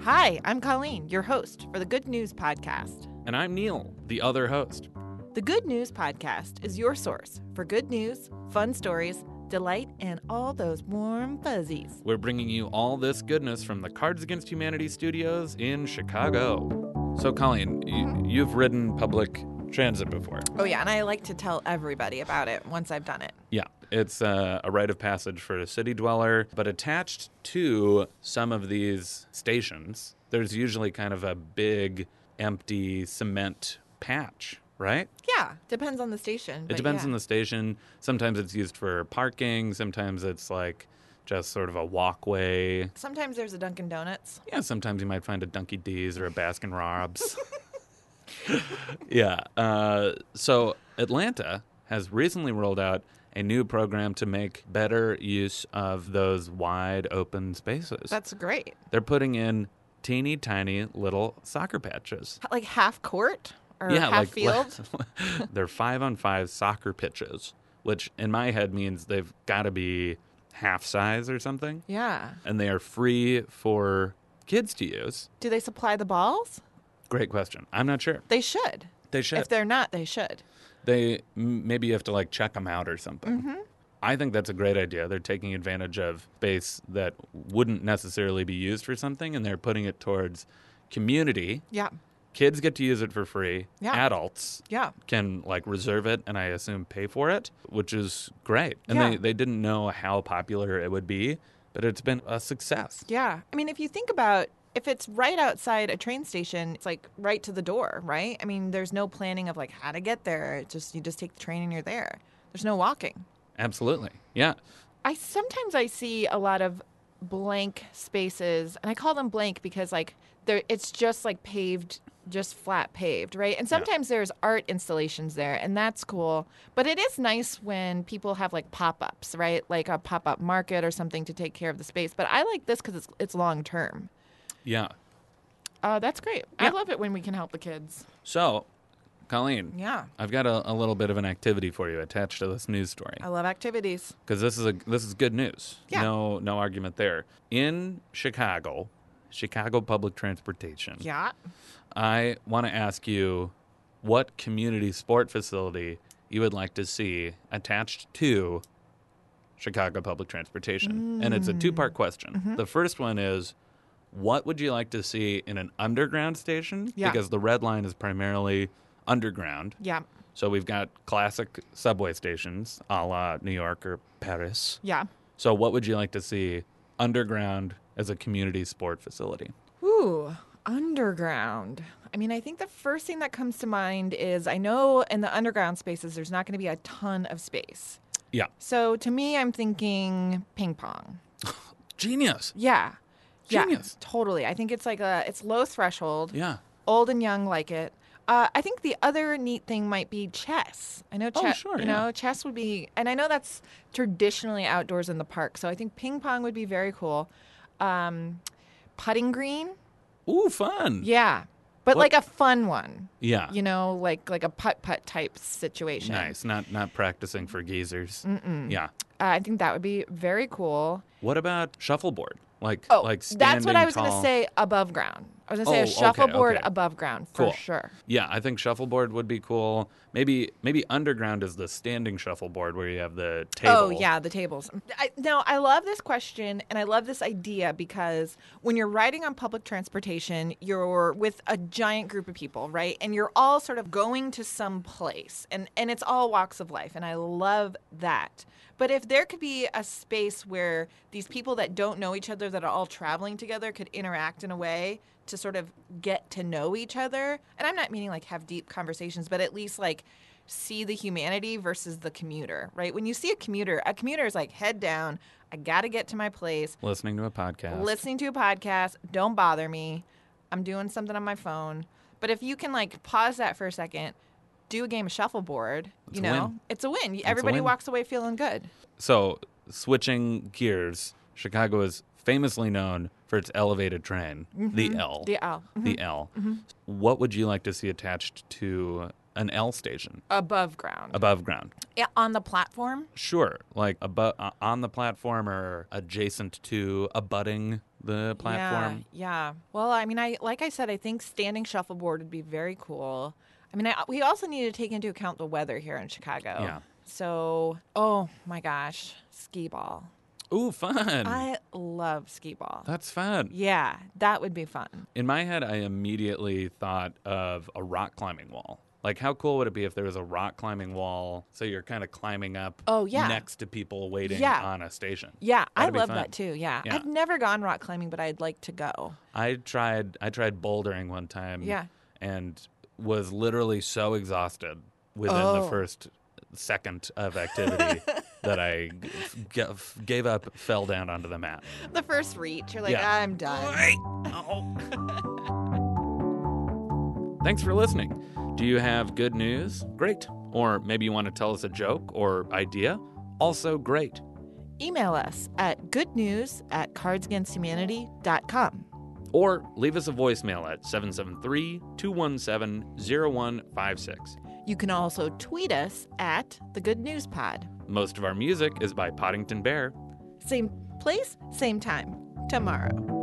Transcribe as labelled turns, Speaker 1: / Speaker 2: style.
Speaker 1: Hi, I'm Colleen, your host for the Good News Podcast.
Speaker 2: And I'm Neil, the other host.
Speaker 1: The Good News Podcast is your source for good news, fun stories, delight, and all those warm fuzzies.
Speaker 2: We're bringing you all this goodness from the Cards Against Humanity studios in Chicago. So, Colleen, you, you've ridden public transit before.
Speaker 1: Oh, yeah, and I like to tell everybody about it once I've done it.
Speaker 2: Yeah, it's uh, a rite of passage for a city dweller, but attached to some of these stations, there's usually kind of a big, empty cement patch, right?
Speaker 1: Yeah, depends on the station.
Speaker 2: It depends on the station. Sometimes it's used for parking, sometimes it's like just sort of a walkway.
Speaker 1: Sometimes there's a Dunkin' Donuts.
Speaker 2: Yeah, sometimes you might find a Dunky D's or a Baskin Robbins. yeah. Uh, so Atlanta has recently rolled out a new program to make better use of those wide open spaces.
Speaker 1: That's great.
Speaker 2: They're putting in teeny tiny little soccer patches.
Speaker 1: H- Like half court or half field.
Speaker 2: they're five on five soccer pitches, which in my head means they've got to be half size or something.
Speaker 1: yeah.
Speaker 2: And they are free for kids to use.
Speaker 1: Do they supply the balls?
Speaker 2: Great question. I'm not sure.
Speaker 1: They should.
Speaker 2: They should.
Speaker 1: If they're not, they should.
Speaker 2: they m- maybe you have to like check them out or something.
Speaker 1: Mm-hmm.
Speaker 2: I think that's a great idea. They're taking advantage of space that wouldn't necessarily be used for something, and they're putting it towards community.
Speaker 1: Yeah.
Speaker 2: Kids get to use it for free.
Speaker 1: Yeah.
Speaker 2: Adults
Speaker 1: Yeah.
Speaker 2: can like reserve it and I assume pay for it, which is great. And
Speaker 1: Yeah.
Speaker 2: they, they didn't know how popular it would be, but it's been a success.
Speaker 1: Yeah. I mean, if you think about if it's right outside a train station, it's like right to the door, right? I mean, there's no planning of like how to get there. It's just you just take the train and you're there. There's no walking.
Speaker 2: Absolutely. Yeah.
Speaker 1: I sometimes I see a lot of blank spaces, and I call them blank because like there it's just like paved, just flat paved, right? And sometimes there's art installations there, and that's cool. But it is nice when people have like pop-ups, right? Like a pop-up market or something to take care of the space. But I like this because it's it's long term.
Speaker 2: Yeah.
Speaker 1: Uh, that's great. I love it when we can help the kids.
Speaker 2: So, Colleen,
Speaker 1: Yeah.
Speaker 2: I've got a, a little bit of an activity for you attached to this news story.
Speaker 1: I love activities.
Speaker 2: because this is a this is good news.
Speaker 1: Yeah.
Speaker 2: No no argument there. In Chicago, Chicago public transportation.
Speaker 1: Yeah.
Speaker 2: I want to ask you what community sport facility you would like to see attached to Chicago public transportation. And it's
Speaker 1: Mm.
Speaker 2: a two-part question.
Speaker 1: Mm-hmm.
Speaker 2: The first one is what would you like to see in an underground station?
Speaker 1: Yeah.
Speaker 2: Because the red line is primarily underground.
Speaker 1: Yeah.
Speaker 2: So we've got classic subway stations, a la New York or Paris.
Speaker 1: Yeah.
Speaker 2: So, what would you like to see underground as a community sport facility?
Speaker 1: Ooh, underground. I mean, I think the first thing that comes to mind is I know in the underground spaces, there's not going to be a ton of space.
Speaker 2: Yeah.
Speaker 1: So to me, I'm thinking ping pong.
Speaker 2: Genius.
Speaker 1: Yeah.
Speaker 2: Genius.
Speaker 1: Yeah, totally. I think it's like a it's low threshold.
Speaker 2: Yeah.
Speaker 1: Old and young like it. Uh, I think the other neat thing might be chess. I know
Speaker 2: Oh,
Speaker 1: chess.
Speaker 2: sure,
Speaker 1: you
Speaker 2: yeah.
Speaker 1: know, chess would be, and I know that's traditionally outdoors in the park. So I think ping pong would be very cool. Um, putting green,
Speaker 2: Ooh, fun.
Speaker 1: yeah, but
Speaker 2: What-
Speaker 1: like a fun one.
Speaker 2: Yeah.
Speaker 1: You know, like like a putt putt type situation.
Speaker 2: Nice. Not not practicing for geezers. Mm-mm. Yeah.
Speaker 1: Uh, I think that would be very cool.
Speaker 2: What about shuffleboard? Like
Speaker 1: Oh,
Speaker 2: like standing
Speaker 1: that's what I was
Speaker 2: tall.
Speaker 1: gonna say above ground. I was gonna
Speaker 2: Oh,
Speaker 1: say a
Speaker 2: okay,
Speaker 1: shuffleboard
Speaker 2: okay.
Speaker 1: above ground for
Speaker 2: Cool.
Speaker 1: sure.
Speaker 2: Yeah, I think shuffleboard would be cool. Maybe maybe underground is the standing shuffleboard where you have the table.
Speaker 1: Oh yeah, the tables. I, now I love this question and I love this idea because when you're riding on public transportation, you're with a giant group of people, right? And you're all sort of going to some place, and and it's all walks of life, and I love that. But if there could be a space where these people that don't know each other that are all traveling together could interact in a way to sort of get to know each other, and I'm not meaning like have deep conversations, but at least like see the humanity versus the commuter, right? When you see a commuter, a commuter is like head down, I got to get to my place,
Speaker 2: Listening to a podcast.
Speaker 1: listening to a podcast, don't bother me. I'm doing something on my phone. But if you can like pause that for a second, do a game of shuffleboard,
Speaker 2: It's
Speaker 1: you
Speaker 2: a
Speaker 1: know,
Speaker 2: win.
Speaker 1: it's a win. Everybody
Speaker 2: win.
Speaker 1: walks away feeling good.
Speaker 2: So, switching gears, Chicago is famously known for its elevated train, the
Speaker 1: Mm-hmm.
Speaker 2: L.
Speaker 1: The oh, L.
Speaker 2: The L.
Speaker 1: Mm-hmm.
Speaker 2: What would you like to see attached to an L station
Speaker 1: Above ground.
Speaker 2: above ground?
Speaker 1: Yeah, on the platform.
Speaker 2: uh, Sure, like above on the platform or adjacent to, abutting. the platform.
Speaker 1: Yeah, yeah. Well, I mean, I like I said, I think standing shuffleboard would be very cool. I mean, I, we also need to take into account the weather here in Chicago.
Speaker 2: Yeah.
Speaker 1: So, oh my gosh, skee ball.
Speaker 2: Ooh, fun.
Speaker 1: I love skee ball.
Speaker 2: That's fun.
Speaker 1: yeah, that would be fun.
Speaker 2: In my head, I immediately thought of a rock climbing wall. Like, how cool would it be if there was a rock climbing wall? So you're kind of climbing up
Speaker 1: Oh, yeah.
Speaker 2: next to people waiting
Speaker 1: Yeah.
Speaker 2: on a station.
Speaker 1: Yeah,
Speaker 2: That'd be
Speaker 1: I love
Speaker 2: fun.
Speaker 1: that too. Yeah.
Speaker 2: Yeah.
Speaker 1: I've never gone rock climbing, but I'd like to go.
Speaker 2: I tried I tried bouldering one time
Speaker 1: Yeah.
Speaker 2: and was literally so exhausted within the
Speaker 1: Oh.
Speaker 2: first second of activity that I g- g- gave up, fell down onto the mat.
Speaker 1: The first reach, you're like,
Speaker 2: Yeah.
Speaker 1: I'm done.
Speaker 2: Thanks for listening. Do you have good news? Great. Or maybe you want to tell us a joke or idea? Also great.
Speaker 1: Email us at goodnews at cardsagainsthumanity.com.
Speaker 2: Or leave us a voicemail at 773 217 0156.
Speaker 1: You can also tweet us at the Good News Pod.
Speaker 2: Most of our music is by Poddington Bear.
Speaker 1: Same place, same time, tomorrow.